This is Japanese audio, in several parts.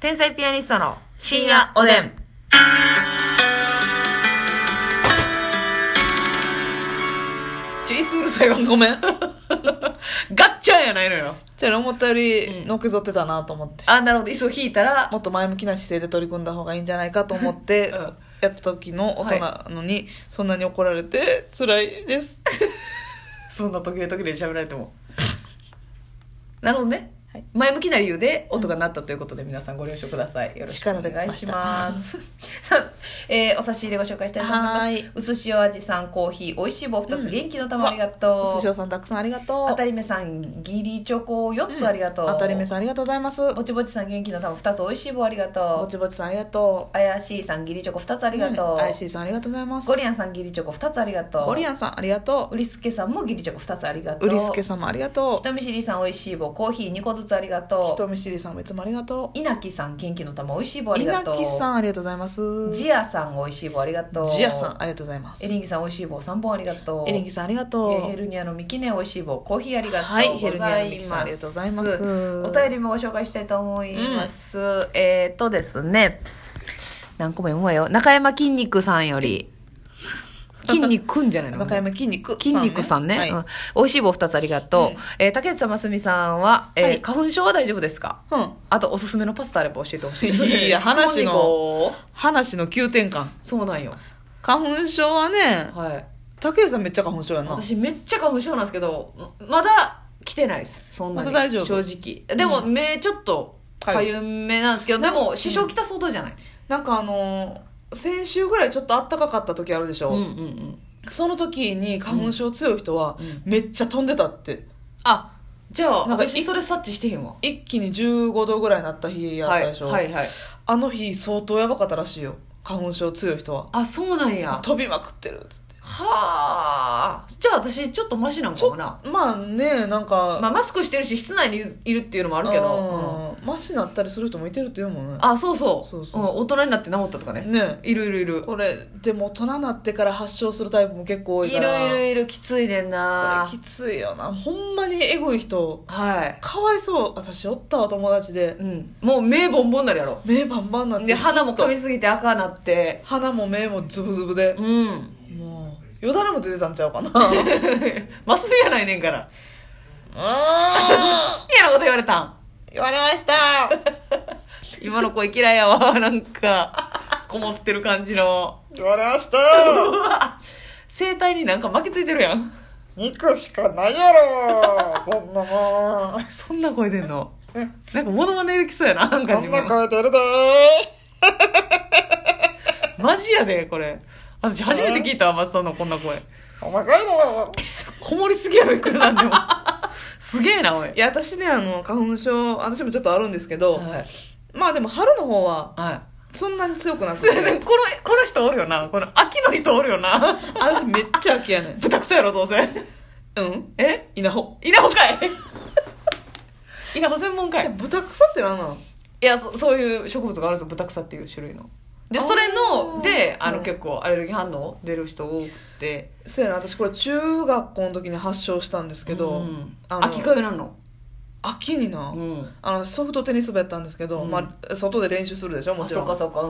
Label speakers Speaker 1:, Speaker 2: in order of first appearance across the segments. Speaker 1: 天才ピアニストの
Speaker 2: 深夜おでん。
Speaker 3: ジェイスうるさいわ。
Speaker 2: ごめ
Speaker 3: ガ
Speaker 2: ん。
Speaker 3: ッチャンやないのよ。
Speaker 2: じゃあ思ったよ
Speaker 3: う
Speaker 2: り
Speaker 3: ん
Speaker 2: のけぞってたなと思って。
Speaker 3: あ、なるほど。椅子を引いたら、
Speaker 2: もっと前向きな姿勢で取り組んだ方がいいんじゃないかと思って、
Speaker 3: うん
Speaker 2: やった時の大人なのに、そんなに怒られて辛いです。
Speaker 3: そんな時々で喋られても。なるほどね
Speaker 2: はい。
Speaker 3: 前向きな理由で音が鳴ったということで皆さんご了承ください。よろしくお願いします。 さあえーお差し入れご紹介したいと思います。
Speaker 2: はーいう
Speaker 3: す塩味さんコーヒー、美味しい棒2
Speaker 2: う
Speaker 3: つ、
Speaker 2: ん
Speaker 3: 元気の玉ありがとう。
Speaker 2: お寿司屋さんたくさんありがとう。
Speaker 3: あたりめさん、ギリチョコ4つありがとう。
Speaker 2: 当たり目さんありがとうございます。
Speaker 3: ぼちぼちさん、元気の玉2つ、美味しい棒ありが
Speaker 2: ぼ
Speaker 3: とう。
Speaker 2: ちぼちさんありがとう。
Speaker 3: あやしいさん、ギリチョコ2つありがとう。
Speaker 2: アイシーさんありがとうございます。
Speaker 3: ゴリアンさんギリチョコ2つありがとう
Speaker 2: ゴリアンさんありがと
Speaker 3: ウリスケさんもギリチョコ2つありが
Speaker 2: う。
Speaker 3: と
Speaker 2: う
Speaker 3: う
Speaker 2: りすけ様ありがと
Speaker 3: 人見知りさんおいしい棒コーヒー2個ずつありが
Speaker 2: う。人
Speaker 3: と
Speaker 2: 見知りさんもいつもありがと
Speaker 3: う稲城さん元気の玉おいしいう棒あ。り
Speaker 2: 稲
Speaker 3: がとう
Speaker 2: 木さんありがとうございます。
Speaker 3: ジアさんおいしい棒ありがとう
Speaker 2: ジアさんありがとうございます。
Speaker 3: エリンギさんおいしい棒3本ありがとう
Speaker 2: エリンギさんありが
Speaker 3: え
Speaker 2: と
Speaker 3: ーヘ
Speaker 2: う。
Speaker 3: ルニアのミキネおいしい棒コーヒーありが
Speaker 2: はい
Speaker 3: とうご
Speaker 2: ヘルニ
Speaker 3: ざ
Speaker 2: アのミ
Speaker 3: いま
Speaker 2: キ
Speaker 3: す、
Speaker 2: さんありがとうございます
Speaker 3: お便りもご紹介したいと思います、えーっとですね何個も読むわよ中山筋肉さんより筋肉んじゃないの
Speaker 2: 中山筋肉。
Speaker 3: 筋肉さんね。
Speaker 2: はい
Speaker 3: うん美味しい棒2つありがとう。
Speaker 2: うん
Speaker 3: えー竹内さん、ますみさんは、えー
Speaker 2: はい
Speaker 3: 花粉症は大丈夫ですか
Speaker 2: うん。
Speaker 3: あと、おすすめのパスタあれば教えてほ しいです。
Speaker 2: いや
Speaker 3: 質問に
Speaker 2: 話の
Speaker 3: こう
Speaker 2: 話の急転換。
Speaker 3: そうなんよ。
Speaker 2: 花粉症はね、
Speaker 3: はい。
Speaker 2: 竹内さんめっちゃ花粉症やな。
Speaker 3: 私、めっちゃ花粉症なんですけど、まだ来てないです。そんなに。
Speaker 2: まだ大丈夫
Speaker 3: 正直。でも、目ちょっと、かゆめなんですけど、でも、支障きたすほどじゃない。
Speaker 2: なんかあのー先週ぐらいちょっと暖かかった時あるでしょ、
Speaker 3: うんうんうん。
Speaker 2: その時に花粉症強い人は
Speaker 3: うん
Speaker 2: めっちゃ飛んでたって
Speaker 3: あ、じゃあ、
Speaker 2: なんか
Speaker 3: 私、
Speaker 2: い
Speaker 3: それ察知してへんわ。
Speaker 2: 一気に15度ぐらいになった日やっ
Speaker 3: はい。
Speaker 2: たでしょ、
Speaker 3: はいはい。
Speaker 2: あの日相当やばかったらしいよ花粉症強い人は
Speaker 3: あ、そうなんや。
Speaker 2: 飛びまくってるっつって
Speaker 3: はあ。じゃあ、私、ちょっとマシなんかもな。
Speaker 2: まあねなんか、
Speaker 3: まあ、マスクしてるし室内にいるっていうのもあるけど、
Speaker 2: うんマシになったりする人もいてるって言うもんね
Speaker 3: あそうそう
Speaker 2: そうそう
Speaker 3: うん
Speaker 2: そう
Speaker 3: 大人になって治ったとかね
Speaker 2: ね
Speaker 3: いるいるいる
Speaker 2: これでも大人になってから発症するタイプも結構多い
Speaker 3: い
Speaker 2: から
Speaker 3: るいるいるきついねんな
Speaker 2: これきついよなほんまにエグい人
Speaker 3: はい、
Speaker 2: かわいそう私おったわ友達で
Speaker 3: うん、もう目ボンボンになるやろ
Speaker 2: 目バンバンなって
Speaker 3: で肌も
Speaker 2: ずっと
Speaker 3: 噛みすぎて赤なって
Speaker 2: 鼻も目もズブズブで
Speaker 3: う、ん
Speaker 2: もうよだれも出てたんちゃう かなう
Speaker 3: マス目やないねんから
Speaker 2: ーん
Speaker 3: 嫌なこと言われたん
Speaker 2: 言われました
Speaker 3: 今の声嫌いやわ なんかこもってる感じの
Speaker 2: 言われました
Speaker 3: うわ声帯になんか巻きついてるやん
Speaker 2: 肉しかないや ろそんなもん
Speaker 3: そんな声出んのなんかモノマネできそうやななんか自分
Speaker 2: 出るで
Speaker 3: マジやで、これ。私初めて聞いたわ、松さんのこんな声。
Speaker 2: おまかいろ
Speaker 3: こもりすぎやろ、いくらなんでも。 すげえな、おい。はい
Speaker 2: い。や私ねあの花粉症私もちょっとあるんですけど、
Speaker 3: はい。
Speaker 2: まあでも春の方は
Speaker 3: は
Speaker 2: そんなに強くなく
Speaker 3: い、 この
Speaker 2: て
Speaker 3: この人おるよな。この秋の人おるよな。
Speaker 2: 私めっちゃ秋やねん
Speaker 3: 豚臭やろ、どうせ。
Speaker 2: うん
Speaker 3: え
Speaker 2: 稲穂
Speaker 3: 稲穂かい 稲穂専門か
Speaker 2: じゃあ
Speaker 3: い。
Speaker 2: 豚草ってなんなの
Speaker 3: いやそ、そういう植物があるんですよ、豚草っていう種類の。で、
Speaker 2: あー
Speaker 3: それの、で、あ
Speaker 2: う
Speaker 3: の、
Speaker 2: ん
Speaker 3: 結構アレルギー反応出る人多くて。
Speaker 2: そうやな私これ中学校の時に発症したんですけど、
Speaker 3: うん
Speaker 2: あの
Speaker 3: 秋かゆなの。
Speaker 2: 秋にな、
Speaker 3: うん。
Speaker 2: あのソフトテニス部やったんですけど、
Speaker 3: うん
Speaker 2: まあ、外で練習するでしょも
Speaker 3: あ、
Speaker 2: ち
Speaker 3: そ
Speaker 2: ろ
Speaker 3: っか
Speaker 2: ん
Speaker 3: そっか、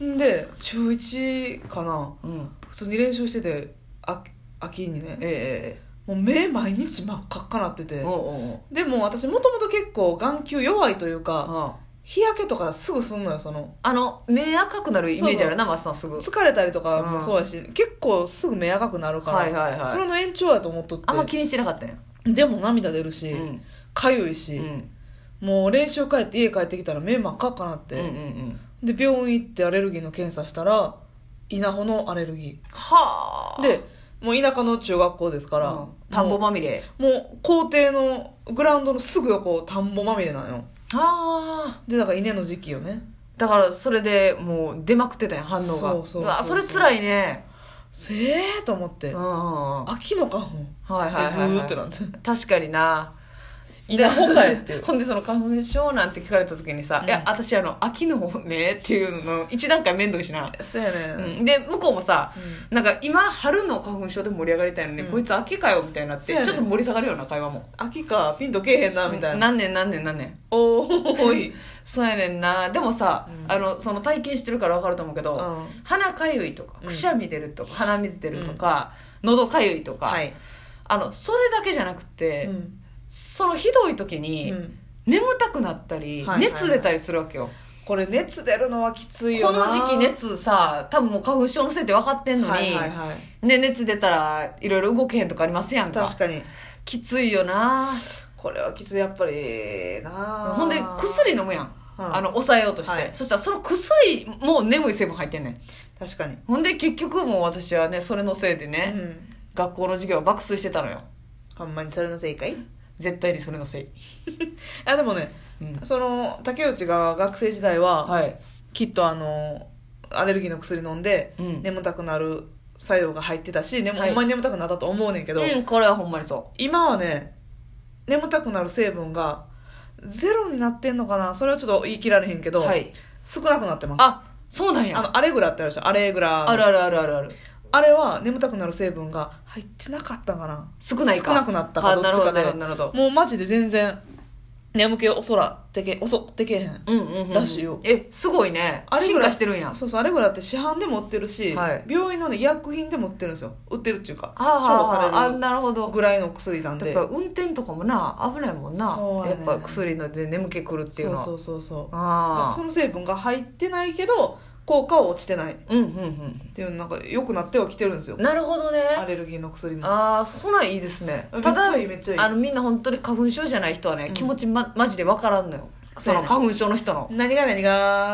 Speaker 3: うん。
Speaker 2: で中1かな
Speaker 3: うん。
Speaker 2: 普通に練習しててあ秋にね
Speaker 3: え
Speaker 2: もう目毎日真っ赤っかなって
Speaker 3: えええ
Speaker 2: て
Speaker 3: おうおうおう。
Speaker 2: でも私もともと結構眼球弱いというか
Speaker 3: ああ
Speaker 2: 日焼けとかすぐすんのよその
Speaker 3: あの目赤くなるイメージあるなマスさんすぐ
Speaker 2: 疲れたりとかもそうやし、結構すぐ目赤くなるから、
Speaker 3: はいはいはい
Speaker 2: それの延長やと思っとって
Speaker 3: あんま気にしてなかったんや
Speaker 2: でも涙出るし
Speaker 3: うん
Speaker 2: かゆいし、
Speaker 3: うんうん
Speaker 2: もう練習帰って家帰ってきたら目真っ赤っかなっ
Speaker 3: うんう
Speaker 2: て、
Speaker 3: ん
Speaker 2: で病院行ってアレルギーの検査したら稲穂のアレルギ
Speaker 3: はあ
Speaker 2: ーでもう田舎の中学校ですから、
Speaker 3: うん田んぼまみれ
Speaker 2: もう校庭のグラウンドのすぐ横田んぼまみれなんよ
Speaker 3: ああ
Speaker 2: でだから稲の時期よね
Speaker 3: だからそれでもう出まくってたんや反応が
Speaker 2: そうそうそう
Speaker 3: わそれ辛いね
Speaker 2: せえと思っ
Speaker 3: う
Speaker 2: て
Speaker 3: んうんうんはい
Speaker 2: 秋の花粉
Speaker 3: はいはい
Speaker 2: でず
Speaker 3: はい
Speaker 2: ーっとなんて
Speaker 3: 確かにな
Speaker 2: 稲穂かえってい う
Speaker 3: ほんでその花粉症なんて聞かれた時にさ「
Speaker 2: う
Speaker 3: い
Speaker 2: ん
Speaker 3: や私あの秋の方ね」っていうの一段階面倒いしな、
Speaker 2: そうやね、
Speaker 3: うん、で向こうもさ、なんか今春の花粉症で盛り上がりたいのに、
Speaker 2: うん
Speaker 3: こいつ秋かよみたいになって、
Speaker 2: そうやね
Speaker 3: ちょっと盛り下がるような会話も
Speaker 2: 秋かピンとけえへんなみたいな、
Speaker 3: 何年何年何年
Speaker 2: おお い、
Speaker 3: そうやねんなでもさ、
Speaker 2: うん
Speaker 3: あのその体験してるから分かると思うけど、
Speaker 2: うん
Speaker 3: 鼻かゆいとか
Speaker 2: うん
Speaker 3: くしゃみ出るとか、鼻水出るとか、喉かゆいとか、
Speaker 2: はい、
Speaker 3: あのそれだけじゃなくて、
Speaker 2: うん
Speaker 3: そのひどい時に、
Speaker 2: うん
Speaker 3: 眠たくなったり、
Speaker 2: はいはいはい
Speaker 3: 熱出たりするわけよ
Speaker 2: これ熱出るのはきつい
Speaker 3: こ
Speaker 2: よ
Speaker 3: の
Speaker 2: な
Speaker 3: 時期熱さ多分もう花粉症のせいって分かってんのに、
Speaker 2: はいはいはい
Speaker 3: ね、熱出たらいろいろ動けへんとかありますやんか
Speaker 2: 確かに
Speaker 3: きついよな
Speaker 2: これはきついやっぱりな
Speaker 3: ほんで薬飲むやん、
Speaker 2: うん
Speaker 3: あの抑えようとして、
Speaker 2: はい
Speaker 3: そしたらその薬も眠い成分入ってんねん
Speaker 2: 確かに
Speaker 3: ほんで結局もう私はねそれのせいでね、
Speaker 2: うん
Speaker 3: 学校の授業は爆睡してたのよ
Speaker 2: ほんまにそれのせいかい
Speaker 3: 絶対にそれのせい、
Speaker 2: あでもね
Speaker 3: うん、
Speaker 2: その竹内が学生時代は、
Speaker 3: はい
Speaker 2: きっとあのアレルギーの薬飲んで、
Speaker 3: うん
Speaker 2: 眠たくなる作用が入ってたし、ね
Speaker 3: はい
Speaker 2: ほんまに眠たくなったと思うねんけど、
Speaker 3: うんこれはほんまにそ
Speaker 2: 今はね眠たくなる成分がゼロになってんのかなそれはちょっと言い切られへんけ
Speaker 3: う
Speaker 2: ど、
Speaker 3: はい
Speaker 2: 少なくなってますあ
Speaker 3: あそうなんや
Speaker 2: のアレグラってあるでしょアレグラ
Speaker 3: あるあるあるあるある
Speaker 2: あれは眠たくなる成分が入ってなかったんかな
Speaker 3: 少ないか
Speaker 2: 少なくなったか
Speaker 3: あ
Speaker 2: どっち
Speaker 3: なるほど
Speaker 2: かで
Speaker 3: なるほどなるほ
Speaker 2: もうマジで全然眠気おそらでけおそでけへん
Speaker 3: どうんうんうんうん
Speaker 2: らしいよ
Speaker 3: えすごいね
Speaker 2: あれ
Speaker 3: 進
Speaker 2: ぐらい
Speaker 3: 化してるんや
Speaker 2: そうそうあれぐらいだって市販でも売ってるし、
Speaker 3: はい
Speaker 2: 病院の、ね、医薬品でも売ってるんですよ売ってるっていうか
Speaker 3: ああ
Speaker 2: 処方
Speaker 3: ああ
Speaker 2: さ
Speaker 3: あ
Speaker 2: れる
Speaker 3: なるほど
Speaker 2: ぐらいの薬なん
Speaker 3: やっ
Speaker 2: で
Speaker 3: ぱ運転とかもな危ないもんな
Speaker 2: そう
Speaker 3: や
Speaker 2: や
Speaker 3: っ
Speaker 2: ね
Speaker 3: ぱ薬ので眠気くるっていう
Speaker 2: そ
Speaker 3: の
Speaker 2: う
Speaker 3: は
Speaker 2: そうそうそうだから
Speaker 3: あ
Speaker 2: そ
Speaker 3: あ
Speaker 2: の成分が入ってないけど効果は落ちてないっ
Speaker 3: うんうん
Speaker 2: ていうなんか良くなってはきてるんですよ
Speaker 3: うんなるほどね
Speaker 2: アレルギーの薬も
Speaker 3: ああそんなんいいですね
Speaker 2: めった
Speaker 3: だ
Speaker 2: ちゃいいめっちゃいい
Speaker 3: あのみんな本当に花粉症じゃない人はね、気持ち、ま、マジで分からんのよそ
Speaker 2: そう
Speaker 3: の
Speaker 2: やね
Speaker 3: 花粉症の人の
Speaker 2: 何が何が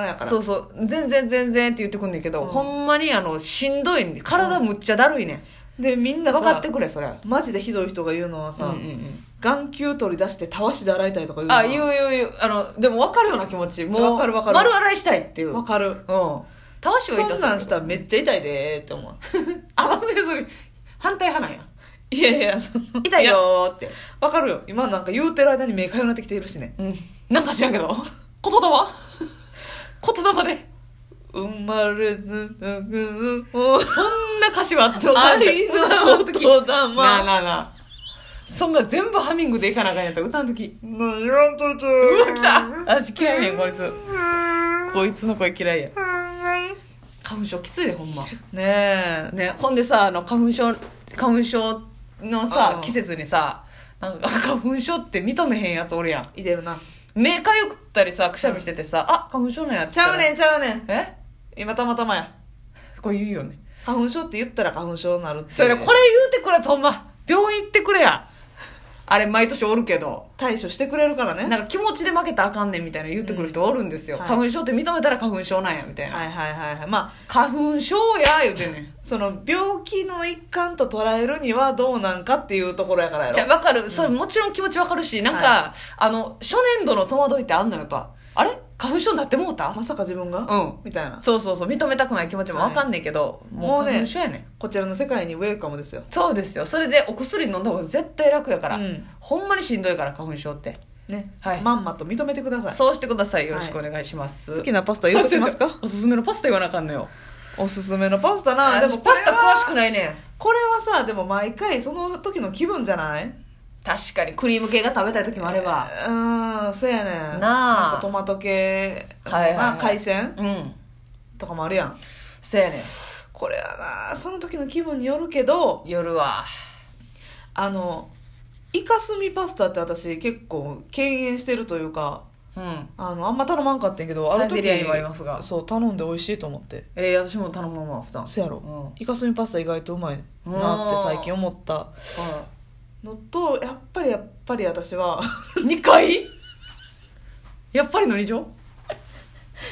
Speaker 2: やから
Speaker 3: そうそう全然全然って言ってくんねんけど、ほんまにあのしんどいね体むっちゃだるいね、ん
Speaker 2: でみんな
Speaker 3: 分かっ
Speaker 2: さ
Speaker 3: てくれそれう
Speaker 2: マジでひどい人が言うのは
Speaker 3: ん
Speaker 2: さ、
Speaker 3: うんうん
Speaker 2: 眼球取り出してたわしで洗いたいとか言うの
Speaker 3: あ言う言う言うあのでも分かるような気持ちもう
Speaker 2: 分かる分かる
Speaker 3: 丸洗いしたいっていううん
Speaker 2: わかる
Speaker 3: たわしをいた
Speaker 2: そんなんしたらめっちゃ痛いでーって思う
Speaker 3: あそれそれ反対派なんや
Speaker 2: いやいやその
Speaker 3: 痛い
Speaker 2: や
Speaker 3: よーって
Speaker 2: わかるよ今なんか言うてる間に目かゆなってきているしね
Speaker 3: うんなんか知らんけど言霊言霊で
Speaker 2: 生まれずたくも
Speaker 3: そんな歌詞はあったの
Speaker 2: 愛の
Speaker 3: 歌う時な
Speaker 2: 言霊
Speaker 3: あなあなあそんな全部ハミングでいかなあかんやったら歌う時
Speaker 2: 言わんとちゃ
Speaker 3: う
Speaker 2: う
Speaker 3: わ来た私嫌いやんこいつこいつの声嫌いや花粉症きついでほんま
Speaker 2: ねえ
Speaker 3: ねほんでさあの花粉症花粉症のさ
Speaker 2: うん
Speaker 3: 季節にさなんか花粉症って認めへんやつおるやん
Speaker 2: いてるな
Speaker 3: 目かゆくったりさくしゃみしててさ、あ花粉症なんやっ
Speaker 2: ちゃうね
Speaker 3: ん
Speaker 2: んちゃうねん
Speaker 3: え
Speaker 2: 今たまたまや
Speaker 3: これ言うよね
Speaker 2: 花粉症って言ったら花粉症になるって
Speaker 3: それこれ言うてくれほんま病院行ってくれやあれ毎年おるけど
Speaker 2: 対処してくれるからね
Speaker 3: なんか気持ちで負けたらあかんねんみたいな言ってくる人おるんですよ、
Speaker 2: うんはい
Speaker 3: 花粉症って認めたら花粉症なんやみたいな、
Speaker 2: はいはいはいはいまあ
Speaker 3: 花粉症や言うてんねん
Speaker 2: その病気の一環と捉えるにはどうなんかっていうところやからやろ
Speaker 3: じゃあ分かるそれもちろん気持ち分かるしなんか、
Speaker 2: は
Speaker 3: あの初年度の戸惑いってあんのやっぱあれ花粉症になってもうた、
Speaker 2: まさか自分が、
Speaker 3: うん
Speaker 2: みたいな
Speaker 3: そうそうそう認めたくない気持ちも分かんねんけど、
Speaker 2: い
Speaker 3: も
Speaker 2: も
Speaker 3: う
Speaker 2: うね
Speaker 3: 花粉症やねん
Speaker 2: こちらの世界にウェルカムですよ
Speaker 3: そうですよそれでお薬飲んだ方が絶対楽やから、
Speaker 2: うん
Speaker 3: ほんまにしんどいから花粉症って
Speaker 2: ね、
Speaker 3: はい
Speaker 2: まんまと認めてください
Speaker 3: そうしてくださいよろしくお願いします、
Speaker 2: 好きなパスタ言うときます
Speaker 3: あ
Speaker 2: か
Speaker 3: 先生おすすめのパスタ言わなあかんのよ
Speaker 2: おすすめのパスタな
Speaker 3: あ
Speaker 2: で
Speaker 3: で
Speaker 2: も
Speaker 3: も
Speaker 2: これ
Speaker 3: パ
Speaker 2: は
Speaker 3: スタ詳しくないねん
Speaker 2: これはさでも毎回その時の気分じゃないう
Speaker 3: 確かにクリーム系が食べたい時もあれば
Speaker 2: ーんそうやねん
Speaker 3: なあ
Speaker 2: んかトマト系、
Speaker 3: はいはいはい
Speaker 2: まあ海鮮
Speaker 3: うん
Speaker 2: とかもあるやん
Speaker 3: そうやねん
Speaker 2: これはなその時の気分によるけど
Speaker 3: 夜は
Speaker 2: あのイカスミパスタって私結構敬遠してるというか
Speaker 3: うん
Speaker 2: あのあんま頼まんかったんやけどあ
Speaker 3: サ
Speaker 2: る
Speaker 3: イ
Speaker 2: 時
Speaker 3: ゼリアにもありますが
Speaker 2: そう頼んで美味しいと思って
Speaker 3: えー、私も頼むまま普段
Speaker 2: そやろ、
Speaker 3: うん
Speaker 2: イカスミパスタ意外とうまいなって最近思ったのとやっぱりやっぱり私は
Speaker 3: 2回やっぱりの以上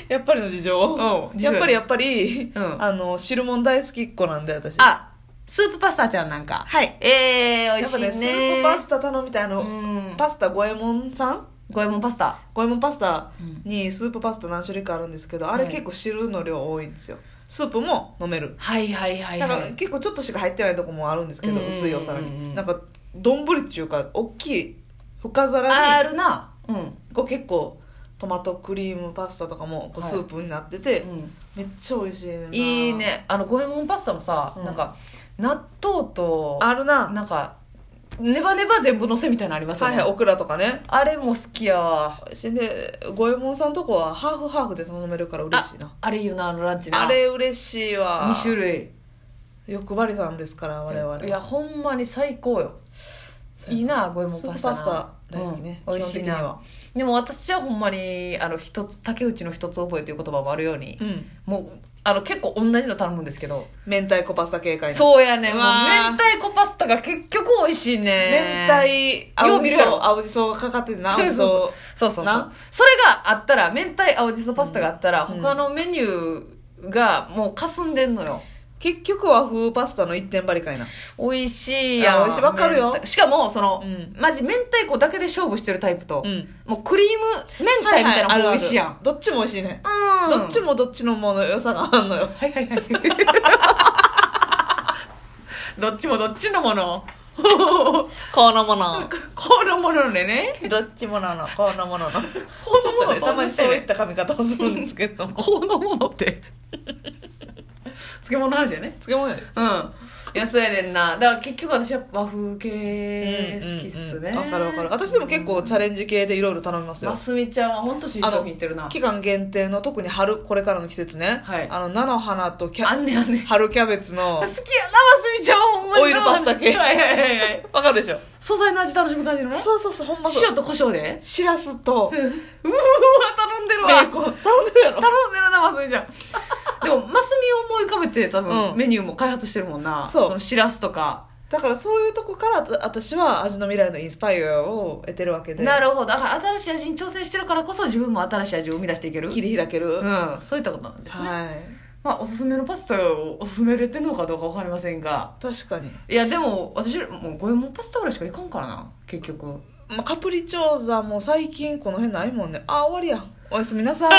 Speaker 2: やっぱりの事情
Speaker 3: うん事情
Speaker 2: やっぱりやっぱり、
Speaker 3: うん
Speaker 2: あの汁物大好きっ子なんで私
Speaker 3: あスープパスタちゃんなんか
Speaker 2: はい
Speaker 3: えー、美
Speaker 2: や
Speaker 3: 味
Speaker 2: っ
Speaker 3: し
Speaker 2: ぱ
Speaker 3: い
Speaker 2: ね
Speaker 3: ね
Speaker 2: スープパスタ頼みたいあの、
Speaker 3: うん
Speaker 2: パスタ五右衛門さん
Speaker 3: 五右衛門パスタ
Speaker 2: 五右衛門パスタにスープパスタ何種類かあるんですけど、あれ結構汁の量多いんですよスープも飲める
Speaker 3: はいはいはい
Speaker 2: だか
Speaker 3: は
Speaker 2: ら
Speaker 3: い
Speaker 2: 結構ちょっとしか入ってないとこもあるんですけ
Speaker 3: うん
Speaker 2: ど
Speaker 3: うんうん
Speaker 2: 薄いお皿
Speaker 3: うんうん
Speaker 2: になんか丼っていうか大きい深
Speaker 3: あ
Speaker 2: 皿
Speaker 3: あ
Speaker 2: に
Speaker 3: るなうんう
Speaker 2: こう結構トマトクリームパスタとかもこう
Speaker 3: はい
Speaker 2: スープになってて、
Speaker 3: ん
Speaker 2: めっちゃ美味しいねんない
Speaker 3: いねあの五右衛門パスタもさ、
Speaker 2: うん
Speaker 3: なんか納豆と
Speaker 2: あるな
Speaker 3: なんかネバネバ全部のせみたいなのありますよ
Speaker 2: はい
Speaker 3: ね、
Speaker 2: はいオクラとかね
Speaker 3: あれも好きやわ
Speaker 2: 美味しいで五右衛門さんとこはハーフハーフで頼めるから嬉しいな
Speaker 3: あれいいよなあのランチな
Speaker 2: あれ嬉しいわ
Speaker 3: 2種類
Speaker 2: 欲張りさんですから我々
Speaker 3: いやほんまに最高よ
Speaker 2: そう
Speaker 3: いいな五右衛
Speaker 2: スー
Speaker 3: 門パ
Speaker 2: プ
Speaker 3: スタ
Speaker 2: パ
Speaker 3: な
Speaker 2: スタ大好きね、
Speaker 3: うん美味
Speaker 2: 基本
Speaker 3: しい
Speaker 2: 的には
Speaker 3: なでも私はほんまにあの一つ竹内の一つ覚えという言葉もあるように、
Speaker 2: うん
Speaker 3: もうあの結構同じの頼むんですけど、
Speaker 2: 明太子パスタ警戒う
Speaker 3: そうやね
Speaker 2: う
Speaker 3: もう
Speaker 2: わー
Speaker 3: 明太子パスタが結局美味しいね
Speaker 2: 明太
Speaker 3: よう
Speaker 2: 青
Speaker 3: 見
Speaker 2: じ
Speaker 3: るや
Speaker 2: そ
Speaker 3: ろ
Speaker 2: う青じそがかかっててな青
Speaker 3: そう
Speaker 2: じそ
Speaker 3: そうそうそう
Speaker 2: な
Speaker 3: それがあったら明太青じそパスタがあったら、
Speaker 2: うん
Speaker 3: 他のメニューがもうかすんでんのよ
Speaker 2: 結局和風パスタの一点張りかいな
Speaker 3: 美味しいやん
Speaker 2: あ美味しいわかるよ
Speaker 3: 明太しかもその、
Speaker 2: うん
Speaker 3: マジ明太子だけで勝負してるタイプと、
Speaker 2: うん
Speaker 3: もうクリーム明太みたいなのも美味しいやん、
Speaker 2: あるあるどっちも美味しいね、
Speaker 3: うん
Speaker 2: どっちもどっちのもの良さがあん のよ
Speaker 3: はいはいはいどっちもどっちのもの
Speaker 2: このもの
Speaker 3: このものでね
Speaker 2: どっちもなのこの ものの
Speaker 3: この
Speaker 2: ちょっ
Speaker 3: も
Speaker 2: と
Speaker 3: の
Speaker 2: ねたまに
Speaker 3: して
Speaker 2: そういった髪型をするんですけども
Speaker 3: このものって漬物の話よね
Speaker 2: 漬物やね
Speaker 3: うんいやそうやねんなだから結局私は和風系好きっすね
Speaker 2: うんうんうんわかるわかる私でも結構チャレンジ系でいろいろ頼みますよ、
Speaker 3: ますみちゃんは本当新商品いってるな
Speaker 2: 期間限定の特に春これからの季節ね、
Speaker 3: はい
Speaker 2: あの菜の花とキ
Speaker 3: あ
Speaker 2: ャ
Speaker 3: んねんあんねん好
Speaker 2: 春キャベツの
Speaker 3: きやなますみちゃんはほんまに
Speaker 2: オイルパスタ系
Speaker 3: はいはいはい はい
Speaker 2: わかるでしょ
Speaker 3: 素材の味楽しむ感じのね
Speaker 2: そうそうそうほんまそう
Speaker 3: 塩と胡椒で
Speaker 2: しらすと
Speaker 3: うわ頼んでる
Speaker 2: ベ
Speaker 3: わ
Speaker 2: ーコン頼んでるやろ
Speaker 3: 頼んでるなます みちゃんでもますみを思い浮かべて多分、
Speaker 2: うん
Speaker 3: メニューも開発してるもんな
Speaker 2: そう
Speaker 3: のしらすとか
Speaker 2: だからそういうとこからあ私は味の未来のインスパイアを得てるわけで
Speaker 3: なるほどだから新しい味に挑戦してるからこそ自分も新しい味を生み出していけるう
Speaker 2: 切
Speaker 3: ん
Speaker 2: り開ける、
Speaker 3: そういったことなんですね、
Speaker 2: はい
Speaker 3: まあおすすめのパスタをおすすめれてるのかどうかわかりませんが
Speaker 2: 確かに、
Speaker 3: いやでも私もう五右衛門パスタぐらいしかいかんからな結局
Speaker 2: まあ、カプリチョーザも最近この辺ないもんねあ終わりやおやすみなさい